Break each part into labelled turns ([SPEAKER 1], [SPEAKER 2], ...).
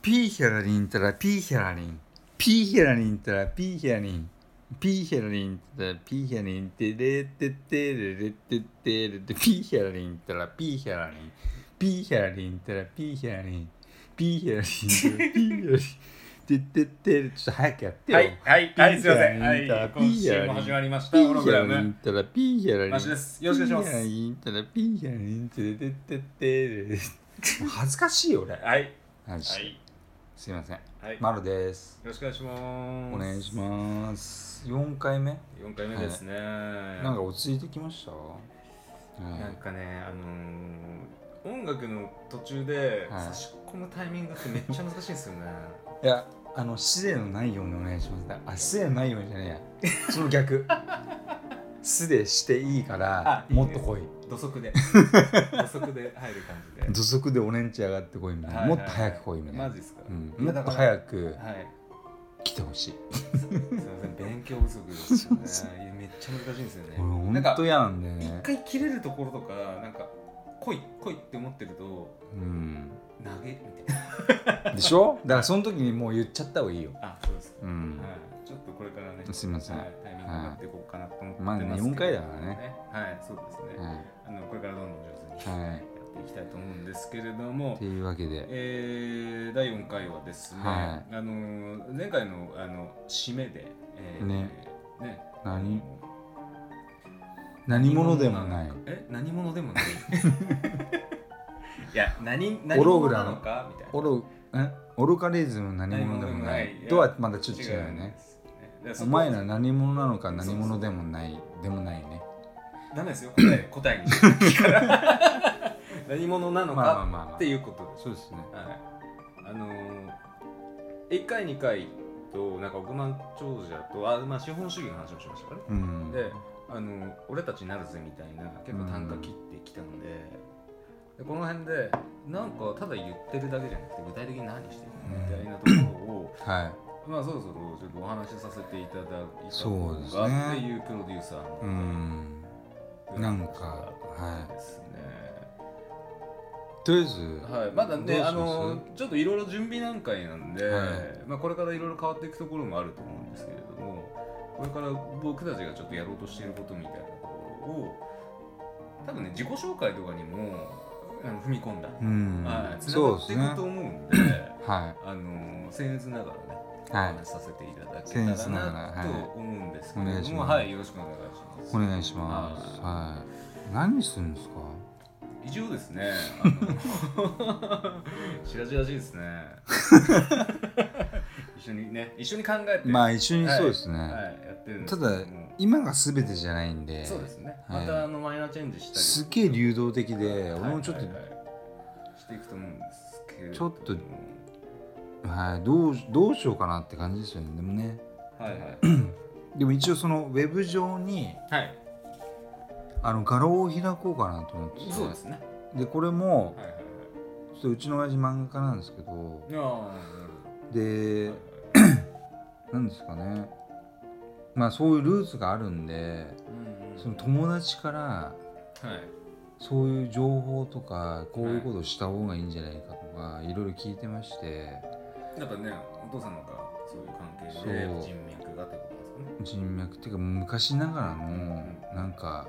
[SPEAKER 1] ピーヒャラリンたらピーヒャラリンピーヒャラリンたらピーヒャラリンピーヒャラリンたらピーヒャラリンてれってってれれってってれてピーヒャラリンたらピーヒャラリンピーヒャラリンたらピーヒャラリンピーヒャラリンたらピーヒャラリンてってってれちょっと早くやってよ
[SPEAKER 2] はい、はい、はい、すいません。は
[SPEAKER 1] ピーヤ
[SPEAKER 2] い、
[SPEAKER 1] リン
[SPEAKER 2] 今週も始まりまし
[SPEAKER 1] ピ
[SPEAKER 2] た。オロ
[SPEAKER 1] ーヒ
[SPEAKER 2] グ
[SPEAKER 1] ャ
[SPEAKER 2] ラ
[SPEAKER 1] ラリン
[SPEAKER 2] ム。
[SPEAKER 1] たらピーヒャラリン
[SPEAKER 2] マシです。よろしくお願いしま
[SPEAKER 1] ピーヒャ
[SPEAKER 2] す。
[SPEAKER 1] ラリンたらピーヒャラリンてれてってってれれもう恥ずかしいよ俺
[SPEAKER 2] はい、
[SPEAKER 1] マジ
[SPEAKER 2] はい、
[SPEAKER 1] すいません
[SPEAKER 2] はい。よ
[SPEAKER 1] マロです
[SPEAKER 2] ろしくお願いします。
[SPEAKER 1] お願いします。四回目。
[SPEAKER 2] す。4回目ですね。
[SPEAKER 1] なんか落ち着いてきました。
[SPEAKER 2] な
[SPEAKER 1] は
[SPEAKER 2] ん
[SPEAKER 1] い
[SPEAKER 2] かね、あのー、音楽の途中で
[SPEAKER 1] はい
[SPEAKER 2] 差し込むタイミングってめっちゃ難しいです よね。
[SPEAKER 1] いや、あの失礼のないようにお願いします。あ、失礼のないようにじゃねえや。その逆。 素でしていいから
[SPEAKER 2] あ、いい
[SPEAKER 1] も
[SPEAKER 2] ね
[SPEAKER 1] っと来い。
[SPEAKER 2] 土足で、土足 で入る感じで。
[SPEAKER 1] 土足でおねんち上がってこいみたいな。もっと早く来いみたい
[SPEAKER 2] マ
[SPEAKER 1] な
[SPEAKER 2] ジ。ですか。
[SPEAKER 1] うん
[SPEAKER 2] い
[SPEAKER 1] も
[SPEAKER 2] や
[SPEAKER 1] っと
[SPEAKER 2] だ
[SPEAKER 1] 早く
[SPEAKER 2] からはい。
[SPEAKER 1] 来てほしい。
[SPEAKER 2] すいません、勉強不足ですよ ね。いやめっちゃ難しいんですよね。
[SPEAKER 1] 俺、ほ
[SPEAKER 2] なん
[SPEAKER 1] ん
[SPEAKER 2] か
[SPEAKER 1] と嫌なんだよ
[SPEAKER 2] 一
[SPEAKER 1] ね。
[SPEAKER 2] 回切れるところとかなんか来い来いって思ってると
[SPEAKER 1] うん。
[SPEAKER 2] 投げみたいな
[SPEAKER 1] でしょだからその時にもう言っちゃった方がいいよ。
[SPEAKER 2] あそうです
[SPEAKER 1] う
[SPEAKER 2] か、
[SPEAKER 1] ん。
[SPEAKER 2] はい、ちょっとこれからね
[SPEAKER 1] すいません
[SPEAKER 2] はい、タイミングがっていこうかなと思って
[SPEAKER 1] まあ
[SPEAKER 2] ますけど、
[SPEAKER 1] 四回だからね。
[SPEAKER 2] はいそうですね、
[SPEAKER 1] は
[SPEAKER 2] あのこれからどんどん上手に
[SPEAKER 1] はい
[SPEAKER 2] やっていきたいと思うんですけれど
[SPEAKER 1] い。
[SPEAKER 2] も
[SPEAKER 1] っていうわけで。
[SPEAKER 2] えー、第4回はですね、
[SPEAKER 1] は
[SPEAKER 2] あのー前回のあの締めで、えー、
[SPEAKER 1] ね
[SPEAKER 2] ね
[SPEAKER 1] 何何者でもない。
[SPEAKER 2] え何者でもない いや何
[SPEAKER 1] オ
[SPEAKER 2] 何
[SPEAKER 1] ロ
[SPEAKER 2] 者
[SPEAKER 1] グラ
[SPEAKER 2] な
[SPEAKER 1] の
[SPEAKER 2] のかみたいな
[SPEAKER 1] オロえオロカリズム何者でもない
[SPEAKER 2] 何者でもない
[SPEAKER 1] とはまだちょっと
[SPEAKER 2] 違
[SPEAKER 1] 違うよ
[SPEAKER 2] うん
[SPEAKER 1] ね
[SPEAKER 2] ですだからそ
[SPEAKER 1] お
[SPEAKER 2] こ
[SPEAKER 1] 前ら何者なのか何者でもないでもないね
[SPEAKER 2] ダメですよ答え答 えにしてないから何者なの
[SPEAKER 1] まあまあ
[SPEAKER 2] か
[SPEAKER 1] まあ、まあ
[SPEAKER 2] って、いうことです
[SPEAKER 1] そうですね
[SPEAKER 2] はいあのー、1回2回となんか億万長者とあ、まあ、資本主義の話をしましたからね
[SPEAKER 1] うん
[SPEAKER 2] であのー俺たちなるぜみたいな結構単価切ってきたので,、でこの辺でなんかただ言ってるだけじゃなくて具体的に何してるのみたいなところを
[SPEAKER 1] はい
[SPEAKER 2] まあそろそろちょっとお話しさせていただいた
[SPEAKER 1] そうですね
[SPEAKER 2] っていうプロデューサーの
[SPEAKER 1] うんなんか
[SPEAKER 2] はいですね、
[SPEAKER 1] とりあえず、
[SPEAKER 2] はい、まだ
[SPEAKER 1] どう
[SPEAKER 2] ね
[SPEAKER 1] します
[SPEAKER 2] あのちょっといろいろ準備段階なんで、
[SPEAKER 1] はい
[SPEAKER 2] まあ、これからいろいろ変わっていくところもあると思うんですけれどもこれから僕たちがちょっとやろうとしていることみたいなところを多分ね自己紹介とかにもあの踏み込んだ、
[SPEAKER 1] うん、
[SPEAKER 2] はい、つな
[SPEAKER 1] そ
[SPEAKER 2] が
[SPEAKER 1] うで
[SPEAKER 2] っ
[SPEAKER 1] す
[SPEAKER 2] てい
[SPEAKER 1] ね
[SPEAKER 2] くと思うんで、
[SPEAKER 1] は
[SPEAKER 2] あの僭越ながらね
[SPEAKER 1] いは
[SPEAKER 2] お
[SPEAKER 1] い
[SPEAKER 2] 話しさせていただけ
[SPEAKER 1] 僭越
[SPEAKER 2] た
[SPEAKER 1] なが
[SPEAKER 2] ら
[SPEAKER 1] ら
[SPEAKER 2] な
[SPEAKER 1] はい
[SPEAKER 2] と思うんですけれ
[SPEAKER 1] お願い
[SPEAKER 2] ど
[SPEAKER 1] し
[SPEAKER 2] も、
[SPEAKER 1] ます
[SPEAKER 2] はい、よろしくお願いします。
[SPEAKER 1] お願いしますはい何するんですか
[SPEAKER 2] 以上ですね。あのしらじらしいですね。 一緒にね、一緒に考えて、
[SPEAKER 1] まあ一緒にそうですね、
[SPEAKER 2] はい、やってるんで
[SPEAKER 1] た
[SPEAKER 2] すけども
[SPEAKER 1] だ今が全てじゃないんで
[SPEAKER 2] そうですね。
[SPEAKER 1] はい
[SPEAKER 2] またあのマイナーチェンジしたり、
[SPEAKER 1] すげえ流動的で、
[SPEAKER 2] はい
[SPEAKER 1] 俺もちょっと、
[SPEAKER 2] はいはいしていくと思うんですけれども、
[SPEAKER 1] ちょっとはい、どうどうしようかなって感じですよねでもね
[SPEAKER 2] はいはい
[SPEAKER 1] でも一応そのウェブ上に
[SPEAKER 2] はい、
[SPEAKER 1] あの画廊を開こうかなと思ってて
[SPEAKER 2] そうですね。
[SPEAKER 1] でこれも
[SPEAKER 2] はいはいはい。
[SPEAKER 1] ちょっとうちの親父漫画家なんですけど
[SPEAKER 2] いやーなるほど
[SPEAKER 1] で
[SPEAKER 2] はい
[SPEAKER 1] 何ですかねまあそういうルーツがあるんで
[SPEAKER 2] うんうん
[SPEAKER 1] その友達から
[SPEAKER 2] はい。
[SPEAKER 1] そういう情報とかこういうことをした方がいいんじゃないかとかいろいろ聞いてまして
[SPEAKER 2] やっぱね、お父様がそういう関係
[SPEAKER 1] そう
[SPEAKER 2] で人脈がってことですかね。
[SPEAKER 1] 人脈っていうか昔ながらのなんか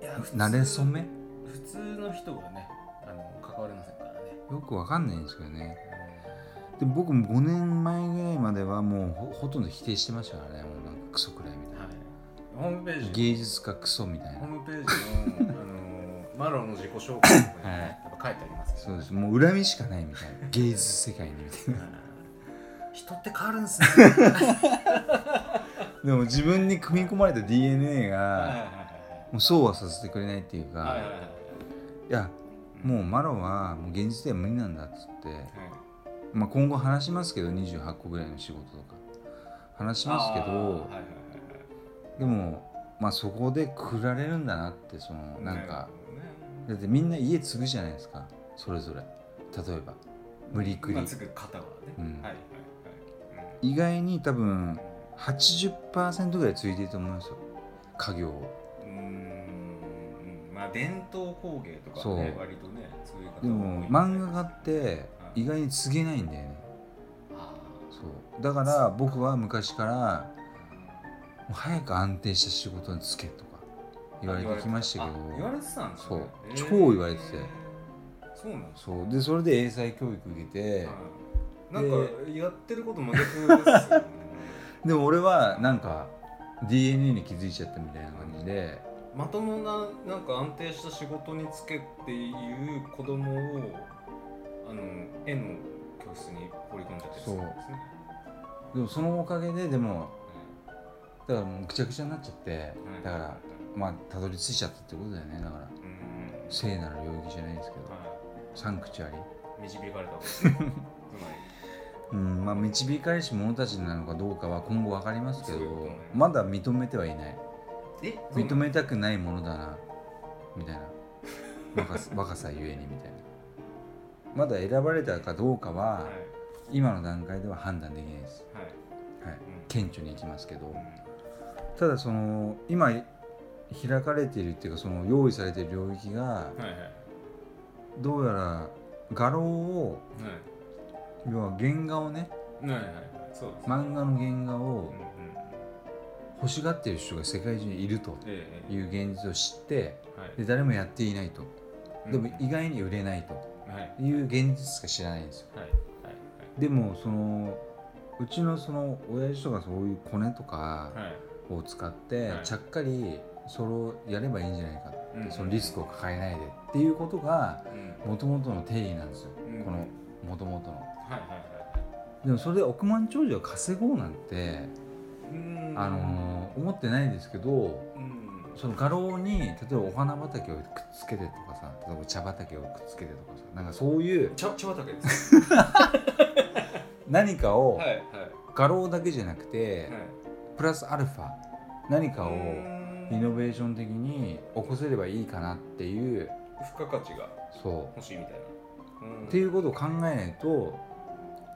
[SPEAKER 2] いや
[SPEAKER 1] 慣れ初め
[SPEAKER 2] 普通の人はね、あの関われませんからね。
[SPEAKER 1] よくわかんないんですけどねで僕も5年前ぐらいまではもうほほとんど否定してましたからねもうなんかクソくらいみたい
[SPEAKER 2] はい。ホームペー
[SPEAKER 1] な
[SPEAKER 2] ジ
[SPEAKER 1] 芸術家クソみたい
[SPEAKER 2] ホー
[SPEAKER 1] な
[SPEAKER 2] ムページのあのマロの自己紹介とかにね、
[SPEAKER 1] はい
[SPEAKER 2] やっぱ書いてありますけ
[SPEAKER 1] そ
[SPEAKER 2] ど
[SPEAKER 1] う
[SPEAKER 2] ね
[SPEAKER 1] ですもう恨みしかないみたいな芸術世界にみたいな
[SPEAKER 2] うん人って変わるんすね。はい
[SPEAKER 1] でも自分に組み込まれた DNA
[SPEAKER 2] はい
[SPEAKER 1] がもうそうはさせてくれないっていうか、
[SPEAKER 2] はいはいはいはいはい
[SPEAKER 1] い、
[SPEAKER 2] はい
[SPEAKER 1] やもうマロはもう現実では無理なんだっつって、
[SPEAKER 2] はい
[SPEAKER 1] まあ、今後話しますけど28個ぐらいの仕事とか話しますけ
[SPEAKER 2] あーはい
[SPEAKER 1] ど
[SPEAKER 2] はいはいはい
[SPEAKER 1] でもまあそこでくくられるんだなってそのなんか、だってみんな家継ぐじゃないですかそれぞれ例えば無理くり、
[SPEAKER 2] 今すぐ肩はね、
[SPEAKER 1] うん
[SPEAKER 2] はいはいはいうん
[SPEAKER 1] 意外に多分80%ぐらい継いでると思いますよ家業を
[SPEAKER 2] うーんまあ伝統工芸とか
[SPEAKER 1] そう
[SPEAKER 2] ね割とねそういう方
[SPEAKER 1] でも
[SPEAKER 2] 多いん
[SPEAKER 1] 漫画家って
[SPEAKER 2] はい
[SPEAKER 1] 意外に告げないんだよね
[SPEAKER 2] あ
[SPEAKER 1] そうだから僕は昔からもう早く安定した仕事に就けとか言われてきましたけど
[SPEAKER 2] あ言われてたんですね
[SPEAKER 1] そう超言われてて
[SPEAKER 2] そうなんです
[SPEAKER 1] そうでそれで英才教育受けて、
[SPEAKER 2] ねなんかやってることも逆ですよね
[SPEAKER 1] でも俺はなんか DNA に気づいちゃったみたいな感じで
[SPEAKER 2] まともななんか安定した仕事に就けっていう子供をあの絵の教室に放り込んじゃってるんですね
[SPEAKER 1] でもそのおかげででもだからもうぐちゃぐちゃになっちゃって
[SPEAKER 2] うん
[SPEAKER 1] だからまあたどり着いちゃったってことだよねだから
[SPEAKER 2] うん
[SPEAKER 1] 聖なる領域じゃないですけど
[SPEAKER 2] は
[SPEAKER 1] サンクチュアリ
[SPEAKER 2] い導かれたわけですねつま
[SPEAKER 1] うんまあ導かれし者たちなのかどうかは今後分かりますけど
[SPEAKER 2] そういうことね
[SPEAKER 1] まだ認めてはいない
[SPEAKER 2] りえそう
[SPEAKER 1] 認めたくないものだなみたい な若さ若さゆえにみたいなまだ選ばれたかどうか
[SPEAKER 2] は
[SPEAKER 1] はい今の段階では判断できないです、
[SPEAKER 2] はい
[SPEAKER 1] はい、
[SPEAKER 2] うん
[SPEAKER 1] 顕著にいきますけど、
[SPEAKER 2] うん
[SPEAKER 1] ただその今開かれているっていうかその用意されている領域が
[SPEAKER 2] はいはいはい
[SPEAKER 1] どうやら画廊を要は原画をね
[SPEAKER 2] はいはいはいそうですね
[SPEAKER 1] 漫画の原画
[SPEAKER 2] うん
[SPEAKER 1] を
[SPEAKER 2] うん
[SPEAKER 1] 欲しがっている人が世界中にいると
[SPEAKER 2] ええ
[SPEAKER 1] いう現実を知って
[SPEAKER 2] はい
[SPEAKER 1] で誰もやっていないとでも
[SPEAKER 2] うん
[SPEAKER 1] 意外に売れないと
[SPEAKER 2] はいはい
[SPEAKER 1] いう現実しか知らないんですよ
[SPEAKER 2] はい
[SPEAKER 1] でもそのうちのその親父とかそういうコネとか
[SPEAKER 2] はいはい
[SPEAKER 1] を使って
[SPEAKER 2] はい
[SPEAKER 1] ちゃっかりそれをやればいいんじゃないか
[SPEAKER 2] うんうん
[SPEAKER 1] そのリスクを抱えないでっていうことが
[SPEAKER 2] うん
[SPEAKER 1] もともとの定義なんですよ
[SPEAKER 2] うん
[SPEAKER 1] このもともとの
[SPEAKER 2] はいはいは
[SPEAKER 1] でもそれで億万長者を稼ごうなんて、
[SPEAKER 2] いうん
[SPEAKER 1] あのー思ってないんですけど
[SPEAKER 2] うん
[SPEAKER 1] その画廊に例えばお花畑をくっつけてとかさ例えば茶畑をくっつけてとかさなんかそういう
[SPEAKER 2] 茶茶畑です
[SPEAKER 1] 何かを
[SPEAKER 2] はいはい
[SPEAKER 1] 画廊だけじゃなくて
[SPEAKER 2] はい
[SPEAKER 1] プラスアルファ何かを
[SPEAKER 2] うん
[SPEAKER 1] イノベーション的に起こせればいいかなっていう
[SPEAKER 2] 付加価値が
[SPEAKER 1] そ
[SPEAKER 2] 欲しいみたいな
[SPEAKER 1] うっていううことを考えないと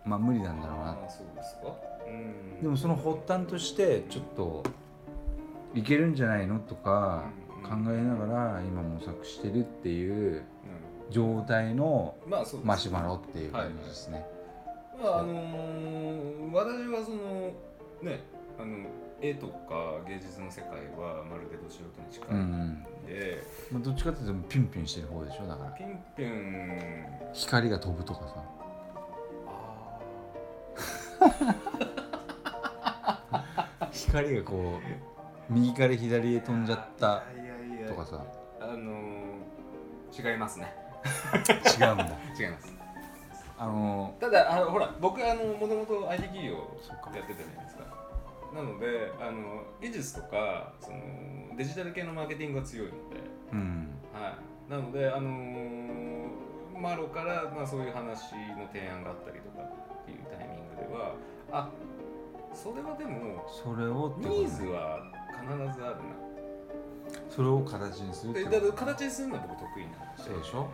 [SPEAKER 1] まあ無理なんだろうな
[SPEAKER 2] あーそうですかうん
[SPEAKER 1] でもその発端としてちょっといけるんじゃないのとか考えな
[SPEAKER 2] ら
[SPEAKER 1] がら今模索してるっていう状態の
[SPEAKER 2] まあそうです
[SPEAKER 1] マシュマロっていう感じですね。
[SPEAKER 2] まああのー私はそのねあの絵とか芸術の世界はまるでど素人に近い
[SPEAKER 1] うんん
[SPEAKER 2] で、
[SPEAKER 1] まあ、どっちかっていうとピュンピュンしてる方でしょだから
[SPEAKER 2] ピンピン
[SPEAKER 1] 光が飛ぶとかさ
[SPEAKER 2] あ
[SPEAKER 1] 光がこう右から左へ飛んじゃった
[SPEAKER 2] いやいやいや
[SPEAKER 1] とかさ
[SPEAKER 2] あのー違いますね
[SPEAKER 1] 違うんだ
[SPEAKER 2] 違います
[SPEAKER 1] あの
[SPEAKER 2] ただあのほら僕あのもともと IT 企業
[SPEAKER 1] そっか
[SPEAKER 2] やってたじゃないですかなのであの技術とかそのデジタル系のマーケティングが強いので
[SPEAKER 1] うん
[SPEAKER 2] はい、なので、あのーマロから、まあ、そういう話の提案があったりとかっていうタイミングではあそれはでも
[SPEAKER 1] それをってこと
[SPEAKER 2] ニーズは必ずあるな
[SPEAKER 1] それを形にするって
[SPEAKER 2] でだから
[SPEAKER 1] こと
[SPEAKER 2] 形にするのは僕得意なんで
[SPEAKER 1] そうでしょ
[SPEAKER 2] は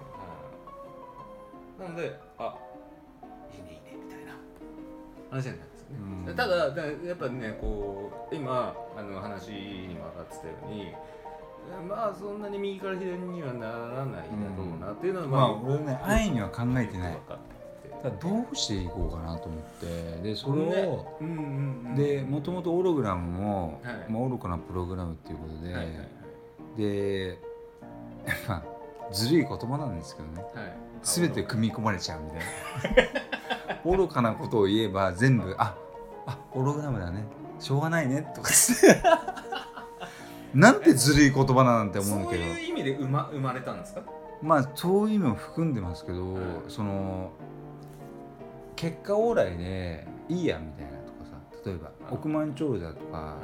[SPEAKER 2] いなのであいいねいいねみたいな話になるんですよね
[SPEAKER 1] うん
[SPEAKER 2] ただだやっぱねこう今あの話にも上がってたようにまあそんなに右から左にはならないだろうなっていうのは、
[SPEAKER 1] まあ俺ね愛には考えてない
[SPEAKER 2] 分かって
[SPEAKER 1] だからどうしていこうかなと思ってでそれを、
[SPEAKER 2] ねうんうんうん
[SPEAKER 1] でもともとオログラムも、
[SPEAKER 2] はい
[SPEAKER 1] まあ、オロコなプログラムっていうことで、
[SPEAKER 2] はいはいはい
[SPEAKER 1] でまあずるい言葉なんですけどね
[SPEAKER 2] はい
[SPEAKER 1] 全て組み込まれちゃうみたいな 愚かなことを言えば全部ああオログラムだねしょうがないね とかしてなんてずるい言葉なんて思うんだ
[SPEAKER 2] そう
[SPEAKER 1] けど
[SPEAKER 2] いう意味で生ま生まれたんですか
[SPEAKER 1] まあそういう意味も含んでますけど、
[SPEAKER 2] うん
[SPEAKER 1] その結果往来でいいやみたいなとかさ例えば
[SPEAKER 2] うん
[SPEAKER 1] 億万長者とか、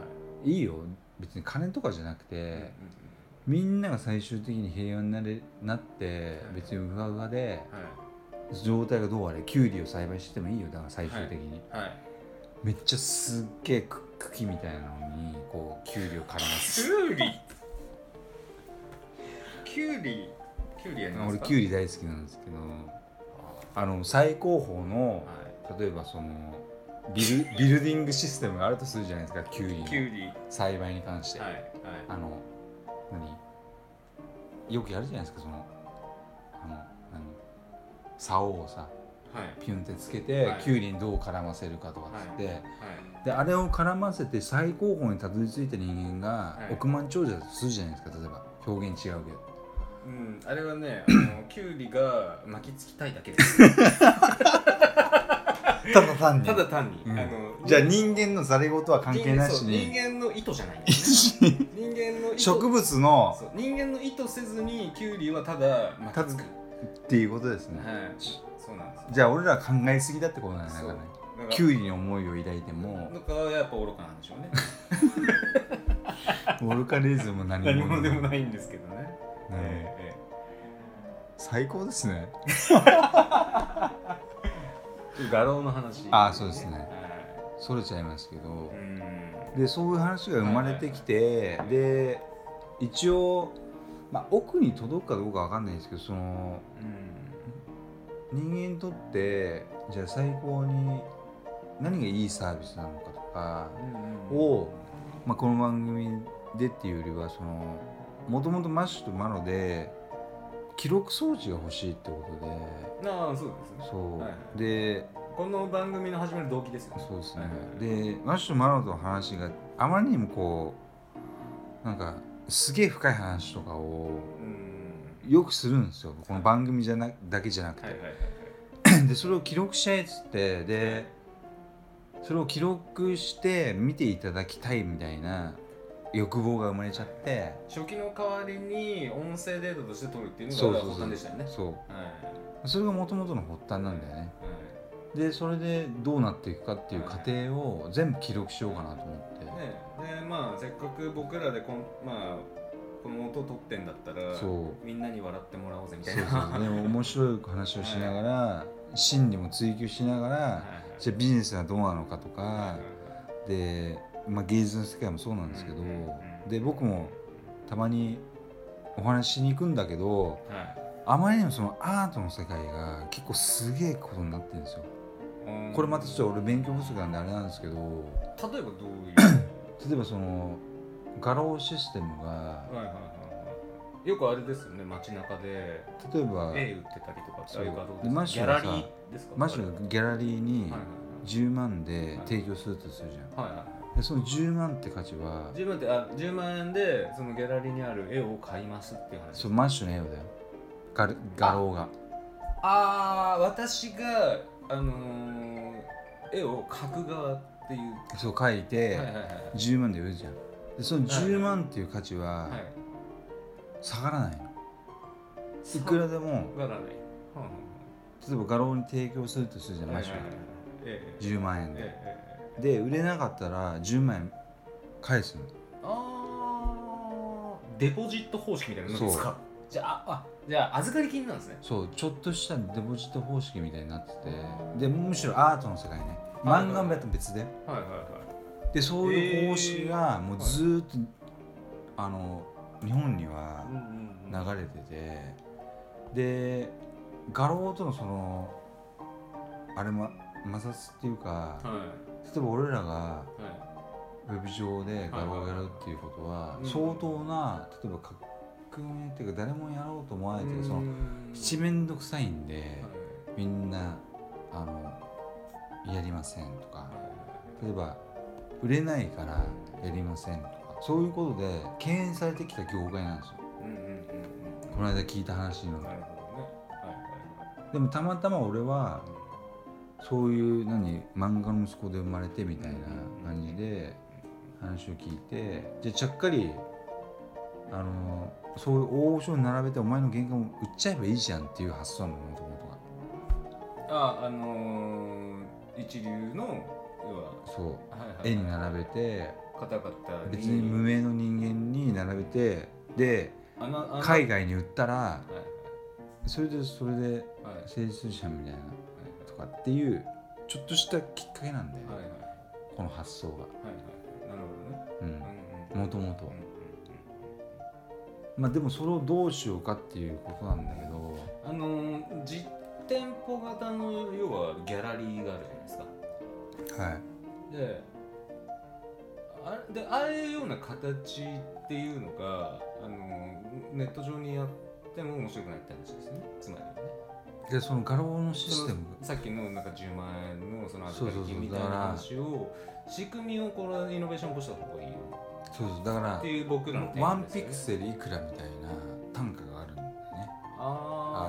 [SPEAKER 1] いいよ別に金とかじゃなく
[SPEAKER 2] い
[SPEAKER 1] て、みんなが最終的に平和になれなって
[SPEAKER 2] うん
[SPEAKER 1] 別にうわうわで
[SPEAKER 2] はい
[SPEAKER 1] 状態がどうあれキュウリを栽培しててもいいよだから最終的に、
[SPEAKER 2] はい
[SPEAKER 1] めっちゃすっげえく茎みたいなのにこうキュウリを絡ます
[SPEAKER 2] キュウリキュウリキュウリやります
[SPEAKER 1] 俺
[SPEAKER 2] か
[SPEAKER 1] キュウ
[SPEAKER 2] ウリ
[SPEAKER 1] リ大好きなんですけどあの最高峰の、
[SPEAKER 2] は
[SPEAKER 1] 例えばそのビルビルディングシステムがあるとするじゃないですかキュウリ
[SPEAKER 2] いキュ
[SPEAKER 1] の
[SPEAKER 2] ウリはい
[SPEAKER 1] 栽培に関して、
[SPEAKER 2] はい
[SPEAKER 1] あの何よくやるじゃないですかそのあの何竿をさ
[SPEAKER 2] はい
[SPEAKER 1] ピュンってつけて、
[SPEAKER 2] はい
[SPEAKER 1] キュウリにどう絡ませるかとかっつって、
[SPEAKER 2] は
[SPEAKER 1] であれを絡ませて最高峰にたどり着いた人間が、
[SPEAKER 2] はい
[SPEAKER 1] 億万長者だとするじゃないですか例えば表現違うけど
[SPEAKER 2] いうんあれは ねあのキュウリが巻きつきたいだけです
[SPEAKER 1] ただ単
[SPEAKER 2] ただ単に、
[SPEAKER 1] うん
[SPEAKER 2] あの
[SPEAKER 1] じゃあ人間のざれ事は関係なし
[SPEAKER 2] 人
[SPEAKER 1] に
[SPEAKER 2] 間そう人間の意図じゃな いんですね人間の意図
[SPEAKER 1] 植物の
[SPEAKER 2] そう人間の意図せずにキュウリはただ巻きつく、
[SPEAKER 1] た
[SPEAKER 2] は
[SPEAKER 1] っていうことですね
[SPEAKER 2] い、そうなんですよ
[SPEAKER 1] じゃあ俺ら考えすぎだってことなんだからね
[SPEAKER 2] だから
[SPEAKER 1] キュウリに思いを抱いて も
[SPEAKER 2] だからやっぱ愚かなんでしょうね
[SPEAKER 1] オルカリズム何、
[SPEAKER 2] 何もでもないいんですけどね、
[SPEAKER 1] うん
[SPEAKER 2] えええ
[SPEAKER 1] 最高ですね
[SPEAKER 2] えちょっと画廊の話、
[SPEAKER 1] ああそうですね
[SPEAKER 2] は
[SPEAKER 1] それちゃいますけど
[SPEAKER 2] い、うん
[SPEAKER 1] でそういう話が生まれてきて、
[SPEAKER 2] はいはいはい
[SPEAKER 1] で一応、まあ、奥に届くかどうかわかんないんですけどその
[SPEAKER 2] うん
[SPEAKER 1] 人間にとってじゃあ最高に何がいいサービスなのかとか、を、まあ、この番組でっていうよりはそのもともとマッシュとマロで記録装置が欲しいってことで。
[SPEAKER 2] ああそうですね
[SPEAKER 1] そう、
[SPEAKER 2] はいはい
[SPEAKER 1] で
[SPEAKER 2] この番組の始まる動機ですよね
[SPEAKER 1] そうですね、
[SPEAKER 2] はいはい
[SPEAKER 1] でマッシュとマロとの話があまりにもこうなんかすげえ深い話とかを
[SPEAKER 2] うん
[SPEAKER 1] よくするんですよこの番組じゃなだけじゃなくて、
[SPEAKER 2] はいはいはいはい
[SPEAKER 1] でそれを記録しちゃえっつってでそれを記録して見ていただきたいみたいな欲望が生まれちゃって
[SPEAKER 2] 初期の代わりに音声データとして取るっていう
[SPEAKER 1] そ
[SPEAKER 2] の
[SPEAKER 1] う
[SPEAKER 2] が
[SPEAKER 1] そう
[SPEAKER 2] 発
[SPEAKER 1] そ
[SPEAKER 2] 端で
[SPEAKER 1] う
[SPEAKER 2] したよね
[SPEAKER 1] そ
[SPEAKER 2] は
[SPEAKER 1] うそれがもともとの発端なんだよね
[SPEAKER 2] いはい
[SPEAKER 1] でそれでどうなっていくかっていう過程を全部記録しようかなと思って、
[SPEAKER 2] ねでまあせっかく僕らでこん、まあ、この音取ってんだったら
[SPEAKER 1] そう
[SPEAKER 2] みんなに笑ってもらおうぜみ
[SPEAKER 1] そ
[SPEAKER 2] た
[SPEAKER 1] う
[SPEAKER 2] い
[SPEAKER 1] そ
[SPEAKER 2] な
[SPEAKER 1] うそうでも面白い話をしながら、真理も追求しながら、じゃあビジネスはどうなのかとか、で、まあ、芸術の世界もそうなんですけど、
[SPEAKER 2] うんうんうん
[SPEAKER 1] で僕もたまにお話ししに行くんだけど
[SPEAKER 2] はいはいはい
[SPEAKER 1] あまりにもそのアートの世界が結構すげえことになってるんですよ。
[SPEAKER 2] うん
[SPEAKER 1] これまたちょっと俺勉強不足なんであれなんですけど
[SPEAKER 2] 例えばどういう
[SPEAKER 1] 例えばその画廊システムが
[SPEAKER 2] はいはいはいはいよくあれですよね街中で
[SPEAKER 1] 例えば
[SPEAKER 2] 絵売ってたりとかって
[SPEAKER 1] そう
[SPEAKER 2] ああいう画像です
[SPEAKER 1] でマッシュ
[SPEAKER 2] ギャ
[SPEAKER 1] が
[SPEAKER 2] ラ
[SPEAKER 1] さ
[SPEAKER 2] リーですか
[SPEAKER 1] マジで
[SPEAKER 2] はい
[SPEAKER 1] ギャラリーに
[SPEAKER 2] はい
[SPEAKER 1] 10万で提供するとするじゃん。
[SPEAKER 2] はいはいはい
[SPEAKER 1] でその10万って価値は
[SPEAKER 2] 10万ってあ10万円でそのギャラリーにある絵を買いますっていう話です
[SPEAKER 1] そうマッシュの絵をだよ画画廊が
[SPEAKER 2] ああ私があのー絵を描く側っていう
[SPEAKER 1] そう書いて、
[SPEAKER 2] はいはいはいはい
[SPEAKER 1] 10万で売るじゃんでその
[SPEAKER 2] はい
[SPEAKER 1] 10万っていう価値は
[SPEAKER 2] はい
[SPEAKER 1] 下がらないの、い、くらでも
[SPEAKER 2] わからないは
[SPEAKER 1] 例えば画廊に提供するとするじゃ
[SPEAKER 2] あ
[SPEAKER 1] ん
[SPEAKER 2] はあは
[SPEAKER 1] マッシュ
[SPEAKER 2] い
[SPEAKER 1] が
[SPEAKER 2] ええ
[SPEAKER 1] 10万円
[SPEAKER 2] ええ
[SPEAKER 1] で、
[SPEAKER 2] ええ
[SPEAKER 1] で売れなかったら10万円返すの
[SPEAKER 2] あーデポジット方式みたいなのです
[SPEAKER 1] そ
[SPEAKER 2] かじゃああじゃあ預かり金なんですね
[SPEAKER 1] そうちょっとしたデポジット方式みたいになっててでむしろアートの世界ね漫画もやったら別で
[SPEAKER 2] はいはいはい
[SPEAKER 1] でそういう方式がもうずーっと、あの日本には
[SPEAKER 2] うんうんうん
[SPEAKER 1] 流れててで画廊とのそのあれも摩擦っていうか
[SPEAKER 2] はい
[SPEAKER 1] 例えば俺らが
[SPEAKER 2] は
[SPEAKER 1] ウェブ上で画廊をやるっていうことは
[SPEAKER 2] うん
[SPEAKER 1] 相当な例えば革命っていうか誰もやろうと思わない
[SPEAKER 2] い
[SPEAKER 1] というかその七面倒くさいんでみんなあのやりませんとか例えば売れないからやりませんとかそういうことで敬遠されてきた業界なんですよ
[SPEAKER 2] うんうんうんうん
[SPEAKER 1] この間聞いた話の
[SPEAKER 2] なるほどねはい
[SPEAKER 1] でもたまたま俺は
[SPEAKER 2] はいは
[SPEAKER 1] そういう何漫画の息子で生まれてみたいな感じで話を聞いてじゃあちゃっかりあのそういう大御所に並べてお前の原画も売っちゃえばいいじゃんっていう発想なのもともとが
[SPEAKER 2] いああのー一流の要は
[SPEAKER 1] そう
[SPEAKER 2] はいはい
[SPEAKER 1] 絵に並べて
[SPEAKER 2] 方々
[SPEAKER 1] 別に無名の人間に並べてで
[SPEAKER 2] あのあの
[SPEAKER 1] 海外に売ったら
[SPEAKER 2] はい
[SPEAKER 1] それでそれで
[SPEAKER 2] はいはい
[SPEAKER 1] 成立者みたいなとかっていうちょっとしたきっかけなんだよね
[SPEAKER 2] はいはいはい
[SPEAKER 1] この発想が
[SPEAKER 2] はいはいなる
[SPEAKER 1] う
[SPEAKER 2] ほ
[SPEAKER 1] ん
[SPEAKER 2] どねうんうん
[SPEAKER 1] もともと
[SPEAKER 2] うんうん
[SPEAKER 1] まあでもそれをどうしようかっていうことなんだけど
[SPEAKER 2] あのー実店舗型の要はギャラリーがあるじゃないですか
[SPEAKER 1] はい
[SPEAKER 2] であれでああいうような形っていうのが、あのーネット上にやっても面白くないって話ですねつまりはね
[SPEAKER 1] でその画廊のシステム
[SPEAKER 2] さっきのなんか10万円のその預かり
[SPEAKER 1] そうそ
[SPEAKER 2] 金
[SPEAKER 1] うそう
[SPEAKER 2] みたいな話を仕組みをこれイノベーション起こした方がいいよ
[SPEAKER 1] そうそうだか
[SPEAKER 2] っ
[SPEAKER 1] ら
[SPEAKER 2] ていう僕らの提
[SPEAKER 1] ワ
[SPEAKER 2] 案
[SPEAKER 1] ン
[SPEAKER 2] です
[SPEAKER 1] ピ
[SPEAKER 2] よ
[SPEAKER 1] ク
[SPEAKER 2] ね
[SPEAKER 1] セルいくらみたいな単価があるんだよね
[SPEAKER 2] あ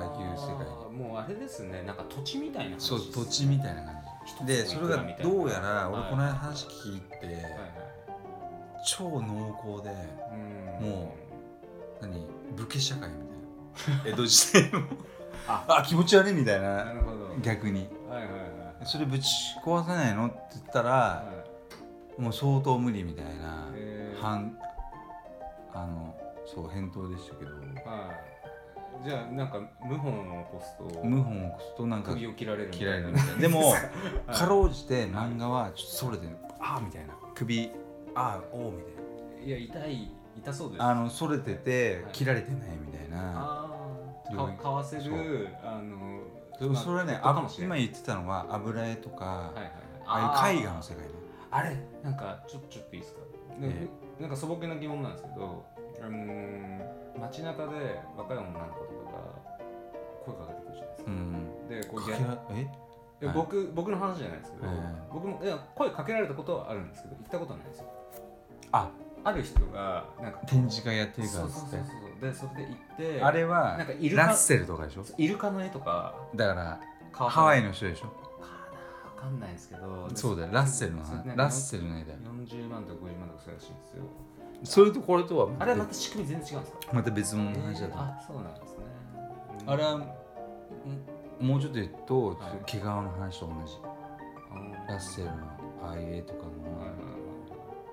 [SPEAKER 1] ああいう世界
[SPEAKER 2] 界もうあれですねなんか土地みたいな話
[SPEAKER 1] そう土地みたいな感じでそれがどうやら俺この間話聞いて
[SPEAKER 2] はいはい
[SPEAKER 1] 超濃厚で
[SPEAKER 2] うん
[SPEAKER 1] も何武家社会みたい な江戸時代の
[SPEAKER 2] あ
[SPEAKER 1] あ気持ち悪いみたい
[SPEAKER 2] な
[SPEAKER 1] な
[SPEAKER 2] るほど
[SPEAKER 1] 逆に
[SPEAKER 2] はいはいはい
[SPEAKER 1] それぶち壊さないのって言った
[SPEAKER 2] は
[SPEAKER 1] ら
[SPEAKER 2] い
[SPEAKER 1] もう相当無理みたいな
[SPEAKER 2] へー
[SPEAKER 1] 反あのそう返答でしたけど
[SPEAKER 2] はいじゃあなんか謀反を起こすと
[SPEAKER 1] 謀反を起こすとなんか
[SPEAKER 2] 首を切られるみたい
[SPEAKER 1] 切ら
[SPEAKER 2] な
[SPEAKER 1] れるみたいなで も
[SPEAKER 2] はい
[SPEAKER 1] かろうじて漫画はちょっとそれでああみたいな首ああおうみたい
[SPEAKER 2] いや痛い痛そうです
[SPEAKER 1] なあのそれてて
[SPEAKER 2] はい
[SPEAKER 1] 切られてないみたいな
[SPEAKER 2] あー
[SPEAKER 1] 領域
[SPEAKER 2] か買わせる
[SPEAKER 1] そう
[SPEAKER 2] あの
[SPEAKER 1] でもそれはね
[SPEAKER 2] まあ
[SPEAKER 1] あ
[SPEAKER 2] かもしれ
[SPEAKER 1] 今
[SPEAKER 2] ない
[SPEAKER 1] 言ってたのは油絵とか
[SPEAKER 2] はいはいはい
[SPEAKER 1] ああいう絵
[SPEAKER 2] ー
[SPEAKER 1] 画の世界ね
[SPEAKER 2] あれなんかちょちょっといいですかなんか,、
[SPEAKER 1] え
[SPEAKER 2] なんか素朴な疑問なんですけど、あのー、街中で若い女の子とかが声かけてくるじゃないです
[SPEAKER 1] う
[SPEAKER 2] か、
[SPEAKER 1] ん
[SPEAKER 2] でこう
[SPEAKER 1] か
[SPEAKER 2] や
[SPEAKER 1] けらえ
[SPEAKER 2] いや
[SPEAKER 1] はい
[SPEAKER 2] 僕僕の話じゃないですけど、
[SPEAKER 1] はい
[SPEAKER 2] 僕もいや声かけられたことはあるんですけど行ったことはないんですよ
[SPEAKER 1] あ
[SPEAKER 2] ある人がなんか
[SPEAKER 1] 展示会やってるか
[SPEAKER 2] そ
[SPEAKER 1] ら
[SPEAKER 2] う
[SPEAKER 1] っ
[SPEAKER 2] そう
[SPEAKER 1] つっ
[SPEAKER 2] そう
[SPEAKER 1] て
[SPEAKER 2] そうでそれで行って
[SPEAKER 1] あれは
[SPEAKER 2] なんかイルカ
[SPEAKER 1] ラッセルとかでしょ
[SPEAKER 2] イルカの絵とか
[SPEAKER 1] だから
[SPEAKER 2] 買わさ
[SPEAKER 1] ハワ
[SPEAKER 2] れ
[SPEAKER 1] イ
[SPEAKER 2] る
[SPEAKER 1] の人でしょ
[SPEAKER 2] かなわかんないですけど
[SPEAKER 1] そうだよラッセルの
[SPEAKER 2] そうなん
[SPEAKER 1] 話
[SPEAKER 2] か
[SPEAKER 1] ラッセルの絵だよ
[SPEAKER 2] 40万とか50万とかするらしいんですよ
[SPEAKER 1] それとこれとは
[SPEAKER 2] あ
[SPEAKER 1] ま
[SPEAKER 2] れ
[SPEAKER 1] た
[SPEAKER 2] はまた仕組み全然違うんですか
[SPEAKER 1] また別物の話だと思う
[SPEAKER 2] あそうなんですね、うん
[SPEAKER 1] あれはんもうちょっと言うと
[SPEAKER 2] はい
[SPEAKER 1] 毛皮の話と同じ
[SPEAKER 2] あ
[SPEAKER 1] ラッセルのああいう絵とかの
[SPEAKER 2] はいはい
[SPEAKER 1] まあ
[SPEAKER 2] はい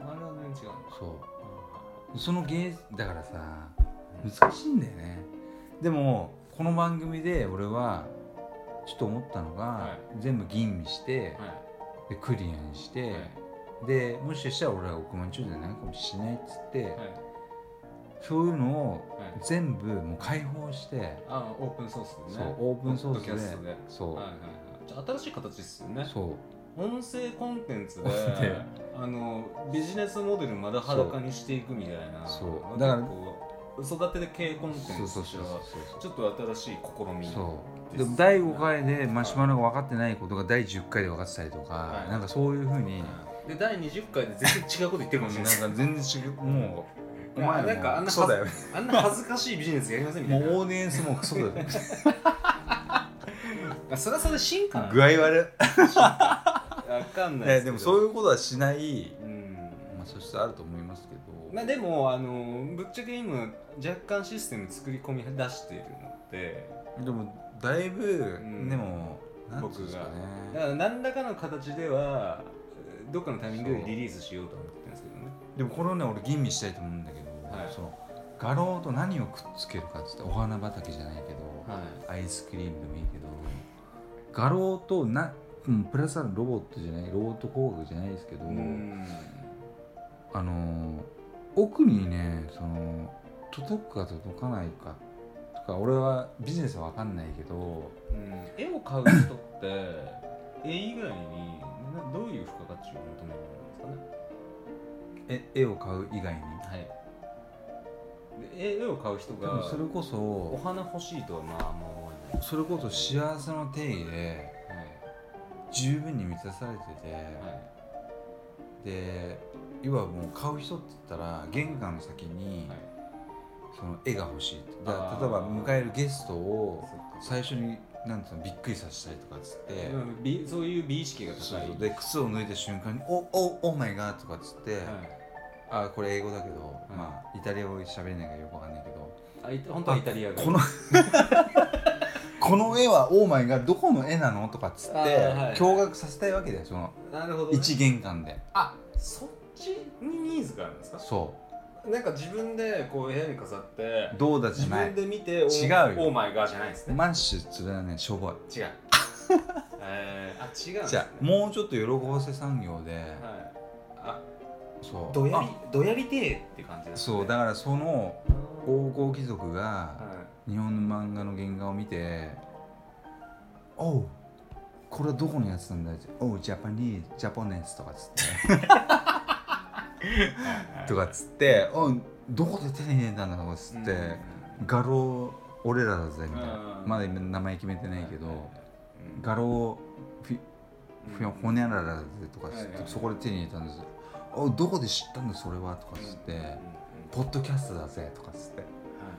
[SPEAKER 2] あれは全然違うん
[SPEAKER 1] うん
[SPEAKER 2] だ
[SPEAKER 1] そうその芸だからさ難しいんだよねでもこの番組で俺はちょっと思ったのが、
[SPEAKER 2] は
[SPEAKER 1] 全部吟味して、
[SPEAKER 2] はい
[SPEAKER 1] でクリアにして、
[SPEAKER 2] はい
[SPEAKER 1] でもしかしたら俺は億万長者になるかもしれないっつって、
[SPEAKER 2] はい
[SPEAKER 1] そういうのを
[SPEAKER 2] はい
[SPEAKER 1] 全部もう解放して、
[SPEAKER 2] あオープンソースでね
[SPEAKER 1] そうオープンソースで
[SPEAKER 2] ポッドキャトで
[SPEAKER 1] そう、
[SPEAKER 2] はいはいはいじゃあ新しい形ですよね
[SPEAKER 1] そう
[SPEAKER 2] 音声コンテンツで
[SPEAKER 1] 音声
[SPEAKER 2] あのビジネスモデルまだ裸にしていくみたいな
[SPEAKER 1] そう
[SPEAKER 2] なん
[SPEAKER 1] だから
[SPEAKER 2] こう育てで系コンテンツ
[SPEAKER 1] そう
[SPEAKER 2] として
[SPEAKER 1] そう
[SPEAKER 2] は
[SPEAKER 1] そうそう
[SPEAKER 2] ちょっと新しい試み
[SPEAKER 1] そうで
[SPEAKER 2] で
[SPEAKER 1] すも第5回でマシュマロが分かってないことが第10回で分かってたりとか、
[SPEAKER 2] はい
[SPEAKER 1] なんかそういうふうに、
[SPEAKER 2] はいで第20回で全然違うこと言ってるかもしれない
[SPEAKER 1] なんか全然違うもうお
[SPEAKER 2] まあ
[SPEAKER 1] 前
[SPEAKER 2] なんかあんな
[SPEAKER 1] クソだよ
[SPEAKER 2] あんな恥ずかしいビジネスやりませんみた
[SPEAKER 1] も
[SPEAKER 2] いうな。
[SPEAKER 1] オーディエンスもクソだよ
[SPEAKER 2] あそれはそれで進化なの
[SPEAKER 1] 具合悪
[SPEAKER 2] わかん
[SPEAKER 1] い
[SPEAKER 2] ない
[SPEAKER 1] ねでもそうい
[SPEAKER 2] う。
[SPEAKER 1] うことはしない、
[SPEAKER 2] うん。
[SPEAKER 1] まあ、素質あると思いますけど、
[SPEAKER 2] まあでも、あの、ぶっちゃけ今、若干システム作り込み出しているので、
[SPEAKER 1] でもだいぶ、
[SPEAKER 2] うん
[SPEAKER 1] でもなんつうん
[SPEAKER 2] 僕
[SPEAKER 1] です
[SPEAKER 2] が
[SPEAKER 1] か。
[SPEAKER 2] だ
[SPEAKER 1] ね
[SPEAKER 2] から何らかの形では、どっかのタイミングでリリースしようとは思ってるんですけどね。
[SPEAKER 1] でもこれをね俺吟味したいと思うんだけど、
[SPEAKER 2] はい
[SPEAKER 1] その画廊と何をくっつけるかっつってお花畑じゃないけど、
[SPEAKER 2] はい。
[SPEAKER 1] アイスクリームでもいいけど画廊とな、うん、プラスアルファロボットじゃないロボット工学じゃないですけど、
[SPEAKER 2] うん。
[SPEAKER 1] あのー奥にねその届くか届かないかとか俺はビジネスは分かんないけど
[SPEAKER 2] うん絵を買う人って、絵以外になどういう付加価値を求めるんですかね。
[SPEAKER 1] え絵を買う以外に
[SPEAKER 2] はい。で絵絵を買う人
[SPEAKER 1] でも
[SPEAKER 2] が、
[SPEAKER 1] それこ
[SPEAKER 2] お
[SPEAKER 1] そ
[SPEAKER 2] 花欲しいとはまああんま思わない。
[SPEAKER 1] それこそ幸せの定義で十分に満たされてて、
[SPEAKER 2] は
[SPEAKER 1] で要はもう買う人って言ったら玄関の先に
[SPEAKER 2] い。はい。
[SPEAKER 1] その絵が欲しいってだから
[SPEAKER 2] あー
[SPEAKER 1] 例えば迎えるゲスト
[SPEAKER 2] そ
[SPEAKER 1] を
[SPEAKER 2] っか
[SPEAKER 1] 最初になんつうのびっくりさせたりとかっつって、
[SPEAKER 2] うん美そういう美意識が高い。
[SPEAKER 1] そうそうで靴を脱いだ瞬間に「おおおマイガー」とかっつって、
[SPEAKER 2] はい
[SPEAKER 1] あこれ英語だけど、
[SPEAKER 2] うん
[SPEAKER 1] まあイタリア語喋れないからよくわかんないけど
[SPEAKER 2] あい本当はイタリアが。
[SPEAKER 1] こ のこの絵はオーマイガーどこの絵なのとかっつって、
[SPEAKER 2] あーはい
[SPEAKER 1] 驚愕させたいわけだよその
[SPEAKER 2] なるほど、ね。
[SPEAKER 1] 一玄関で
[SPEAKER 2] あそっちにニーズがあるんですか。
[SPEAKER 1] そ
[SPEAKER 2] なんか自分でこう部屋に飾って
[SPEAKER 1] うどうだじ
[SPEAKER 2] 自
[SPEAKER 1] ま
[SPEAKER 2] 分
[SPEAKER 1] い
[SPEAKER 2] で見てお
[SPEAKER 1] 違うよ
[SPEAKER 2] オーマイガーじゃないんですね。
[SPEAKER 1] マッシュそれはねしょぼい
[SPEAKER 2] 違う。えー、あ違うんですね。
[SPEAKER 1] じゃあもうちょっと喜ばせ産業で、
[SPEAKER 2] はい。あ
[SPEAKER 1] そう
[SPEAKER 2] どやり
[SPEAKER 1] あ
[SPEAKER 2] どやりてえって感じなんですね。
[SPEAKER 1] そうだからその
[SPEAKER 2] お
[SPEAKER 1] 王侯貴族が
[SPEAKER 2] は
[SPEAKER 1] 日本の漫画の原画を見て「おうこれはどこのやつなんだ?」って「おうジャパニーズジャポネス」とかっつって
[SPEAKER 2] い。
[SPEAKER 1] とかっつって「おうどこで手に入れたんだ?」とかっつって
[SPEAKER 2] うん
[SPEAKER 1] 画廊俺らだぜみたいな
[SPEAKER 2] うん
[SPEAKER 1] まだ今名前決めてないけど、
[SPEAKER 2] はいはいうん
[SPEAKER 1] 画廊フィふやほにゃららだぜとか
[SPEAKER 2] はいはいはい
[SPEAKER 1] そこで手に入れたんですよあどこで知ったんだそれはとかっつって、
[SPEAKER 2] うんうんうん
[SPEAKER 1] ポッドキャストだぜとかっつって
[SPEAKER 2] は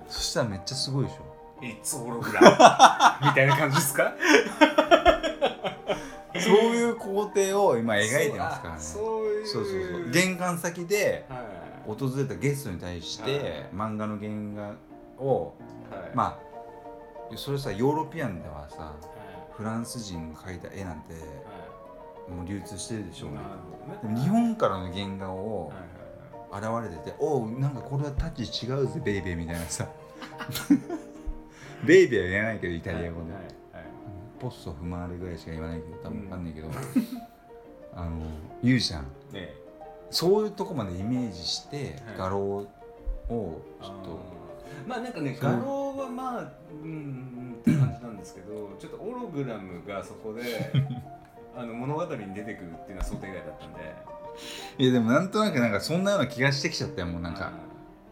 [SPEAKER 1] そしたらめっちゃすごいでしょ
[SPEAKER 2] い It's all right みたいな感じですか
[SPEAKER 1] そういう工程を今描いてますからね
[SPEAKER 2] そ
[SPEAKER 1] そう
[SPEAKER 2] ういう
[SPEAKER 1] そうそう玄関先で
[SPEAKER 2] はい
[SPEAKER 1] 訪れたゲストに対して漫画の原画を
[SPEAKER 2] はい
[SPEAKER 1] まあそれさヨーロピアンではさ
[SPEAKER 2] は
[SPEAKER 1] フランス人が描いた絵なんて
[SPEAKER 2] いは
[SPEAKER 1] もう流通してるで
[SPEAKER 2] い
[SPEAKER 1] しょうね
[SPEAKER 2] なるほどね
[SPEAKER 1] でも日本からの原画を
[SPEAKER 2] はいはいは
[SPEAKER 1] 現れてて「おうなんかこれはタッチ違うぜベイベー」みたいなさベイベーは言えないけどイタ
[SPEAKER 2] い
[SPEAKER 1] リア語で
[SPEAKER 2] はいはい
[SPEAKER 1] ポスト踏まわるぐらいしか言わないけど多分分かんないけど、あの言うじゃん
[SPEAKER 2] ね
[SPEAKER 1] そういうとこまでイメージして
[SPEAKER 2] はい
[SPEAKER 1] 画廊をちょ
[SPEAKER 2] え
[SPEAKER 1] っと
[SPEAKER 2] あーまあなんかね
[SPEAKER 1] そう
[SPEAKER 2] 画廊はまあうんうんって感じなんですけどちょっとオログラムがそ こであの物語に出てくるっていうのは想定外だったんで
[SPEAKER 1] いやでもなんとなくなんかそんなような気がしてきちゃったよもうなん
[SPEAKER 2] あ
[SPEAKER 1] か
[SPEAKER 2] ー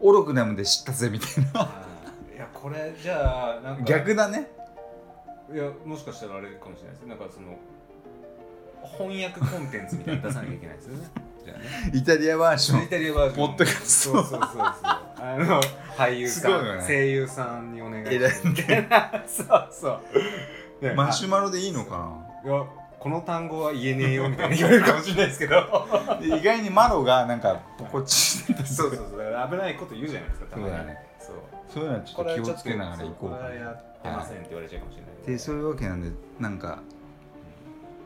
[SPEAKER 1] 「オロクナムで知ったぜ」みたいな
[SPEAKER 2] あーいやこれじゃあなんか
[SPEAKER 1] 逆だね
[SPEAKER 2] いやもしかしたらあれかもしれないですなんかその翻訳コンテンツみたいなの出さなきゃいけないですよね じゃあね
[SPEAKER 1] イタリアバージョ
[SPEAKER 2] イ
[SPEAKER 1] ン
[SPEAKER 2] タリアバージョン
[SPEAKER 1] ポッドキャス
[SPEAKER 2] そ
[SPEAKER 1] ト
[SPEAKER 2] うそうそうそうあの俳優さ
[SPEAKER 1] すごいよ
[SPEAKER 2] ん、
[SPEAKER 1] ね
[SPEAKER 2] 声優さんにお願いしてみたいな そうそう、ね
[SPEAKER 1] マシュマロでいいのか
[SPEAKER 2] いやこの単語は言えねえよみたいな言われるかもしれないですけど
[SPEAKER 1] なで意外にマロがなんかポコチしてた
[SPEAKER 2] そうそうそうだから危ないこと言うじゃないですかたまに
[SPEAKER 1] そうだね
[SPEAKER 2] そう
[SPEAKER 1] そういうのはちょっと気をつけながら行こう
[SPEAKER 2] これ
[SPEAKER 1] か
[SPEAKER 2] はやってませんって言われちゃうかもしれない
[SPEAKER 1] でそういうわけなんでなんか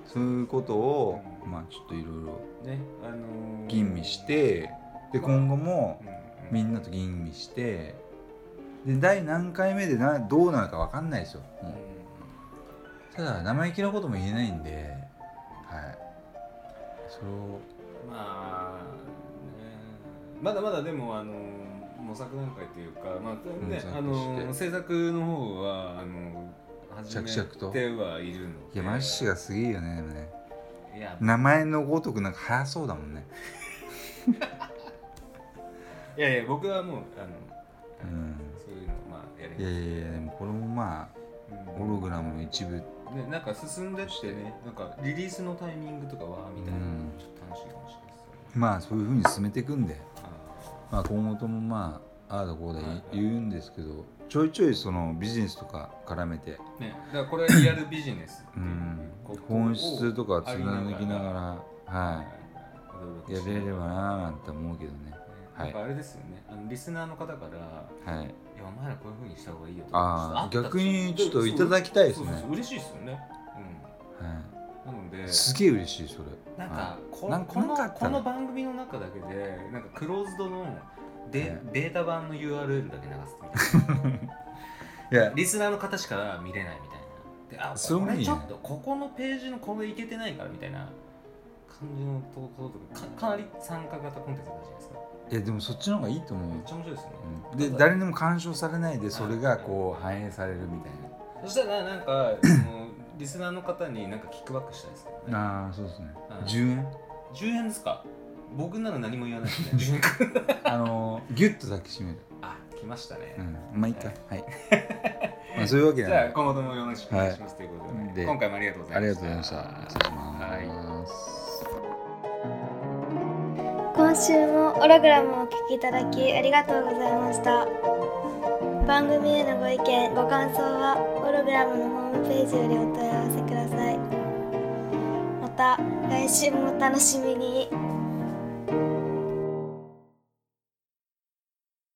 [SPEAKER 1] そういうことを、
[SPEAKER 2] うん
[SPEAKER 1] まあちょっといろいろ
[SPEAKER 2] ねあのー
[SPEAKER 1] 吟味してで
[SPEAKER 2] まあ
[SPEAKER 1] 今後も
[SPEAKER 2] うんうん
[SPEAKER 1] みんなと吟味してで第何回目でなどうなるかわかんないですよ
[SPEAKER 2] う
[SPEAKER 1] も
[SPEAKER 2] ん
[SPEAKER 1] うただ生意気なことも言えないんではいそれを
[SPEAKER 2] まあ、ね、まだまだでもあの模索段階というか、まあね、
[SPEAKER 1] うん
[SPEAKER 2] あの制作の方はあの始め
[SPEAKER 1] 着々と
[SPEAKER 2] てはいるの
[SPEAKER 1] いやマッシ
[SPEAKER 2] が
[SPEAKER 1] がすげえよねでもね
[SPEAKER 2] いや
[SPEAKER 1] 名前のごとくなんか早そうだもんね
[SPEAKER 2] いやいや僕はもうあの、
[SPEAKER 1] うん
[SPEAKER 2] そういうのまあやり
[SPEAKER 1] いやいやいやでもこれもまあ
[SPEAKER 2] う
[SPEAKER 1] ホ
[SPEAKER 2] ん
[SPEAKER 1] ログラムの一部
[SPEAKER 2] ね、なんか進んでってねなんかリリースのタイミングとかはみたいな、
[SPEAKER 1] うん
[SPEAKER 2] ちょっと楽しいかもしれないですよね
[SPEAKER 1] まあそういうふうに進めていくんで
[SPEAKER 2] あ
[SPEAKER 1] まあ、今後ともまあああだこうだ
[SPEAKER 2] はいはい
[SPEAKER 1] 言うんですけどちょいちょいそのビジネスとか絡めて
[SPEAKER 2] ーねだからこれはリアルビジネスって
[SPEAKER 1] う
[SPEAKER 2] い
[SPEAKER 1] ん
[SPEAKER 2] うことを
[SPEAKER 1] 本質とかつなぎながら
[SPEAKER 2] は
[SPEAKER 1] はいいやれればなあなんて思うけどねはい
[SPEAKER 2] なんかあれですよね、あのリスナーの方から、
[SPEAKER 1] はい
[SPEAKER 2] いや、お前らこういうふうにした方がいいよと
[SPEAKER 1] ああ
[SPEAKER 2] ちょっと
[SPEAKER 1] 逆にちょっと
[SPEAKER 2] そう
[SPEAKER 1] いただきたいです
[SPEAKER 2] そう
[SPEAKER 1] ね
[SPEAKER 2] そうそう嬉しいですよね。
[SPEAKER 1] は
[SPEAKER 2] うん、なので
[SPEAKER 1] い、すげえ嬉しいそれ
[SPEAKER 2] なん
[SPEAKER 1] は
[SPEAKER 2] かこ
[SPEAKER 1] なん
[SPEAKER 2] この
[SPEAKER 1] なんかあった
[SPEAKER 2] こ
[SPEAKER 1] ら
[SPEAKER 2] の番組の中だけで、なんかクローズドので、
[SPEAKER 1] はい
[SPEAKER 2] ベータ版の URL だけ流すみたい
[SPEAKER 1] いいや
[SPEAKER 2] な、リスナーの方しか見れないみたいな。で、あ、
[SPEAKER 1] それ
[SPEAKER 2] こ
[SPEAKER 1] もいい
[SPEAKER 2] れ
[SPEAKER 1] ね
[SPEAKER 2] ちょっとここのページのこれいけてないからみたいな感じの投稿とか、かかなり参加型コンテンツだったじゃないですか。
[SPEAKER 1] いやでもそっちの方がいいと思う
[SPEAKER 2] めっ
[SPEAKER 1] よ
[SPEAKER 2] ちゃ面白いですね。
[SPEAKER 1] うんで誰にも干渉されないでそれがこう反映されるみたい
[SPEAKER 2] そしたらなんかそのリスナーの方になんかキックバックしたいですけどね
[SPEAKER 1] なああそうですね
[SPEAKER 2] はい
[SPEAKER 1] 10円
[SPEAKER 2] 10円ですか僕なら何も言わないですね10円か
[SPEAKER 1] あのーギュッと抱きしめる
[SPEAKER 2] あ来ましたね、
[SPEAKER 1] うんまあいいかはいまあそういうわけ な
[SPEAKER 2] じ
[SPEAKER 1] ん
[SPEAKER 2] ゃあ
[SPEAKER 1] で
[SPEAKER 2] 今後ともよろしくお願いします、ということで
[SPEAKER 1] で
[SPEAKER 2] 今回もありがとうござ
[SPEAKER 1] あ
[SPEAKER 2] いま
[SPEAKER 1] り
[SPEAKER 2] し
[SPEAKER 1] がとうご
[SPEAKER 2] た
[SPEAKER 1] ざいました。失礼します。
[SPEAKER 3] 今週もオログラムをお聞きいただきありがとうございました番組へのご意見ご感想はオログラムのホームページよりお問い合わせくださいまた来週もお楽しみに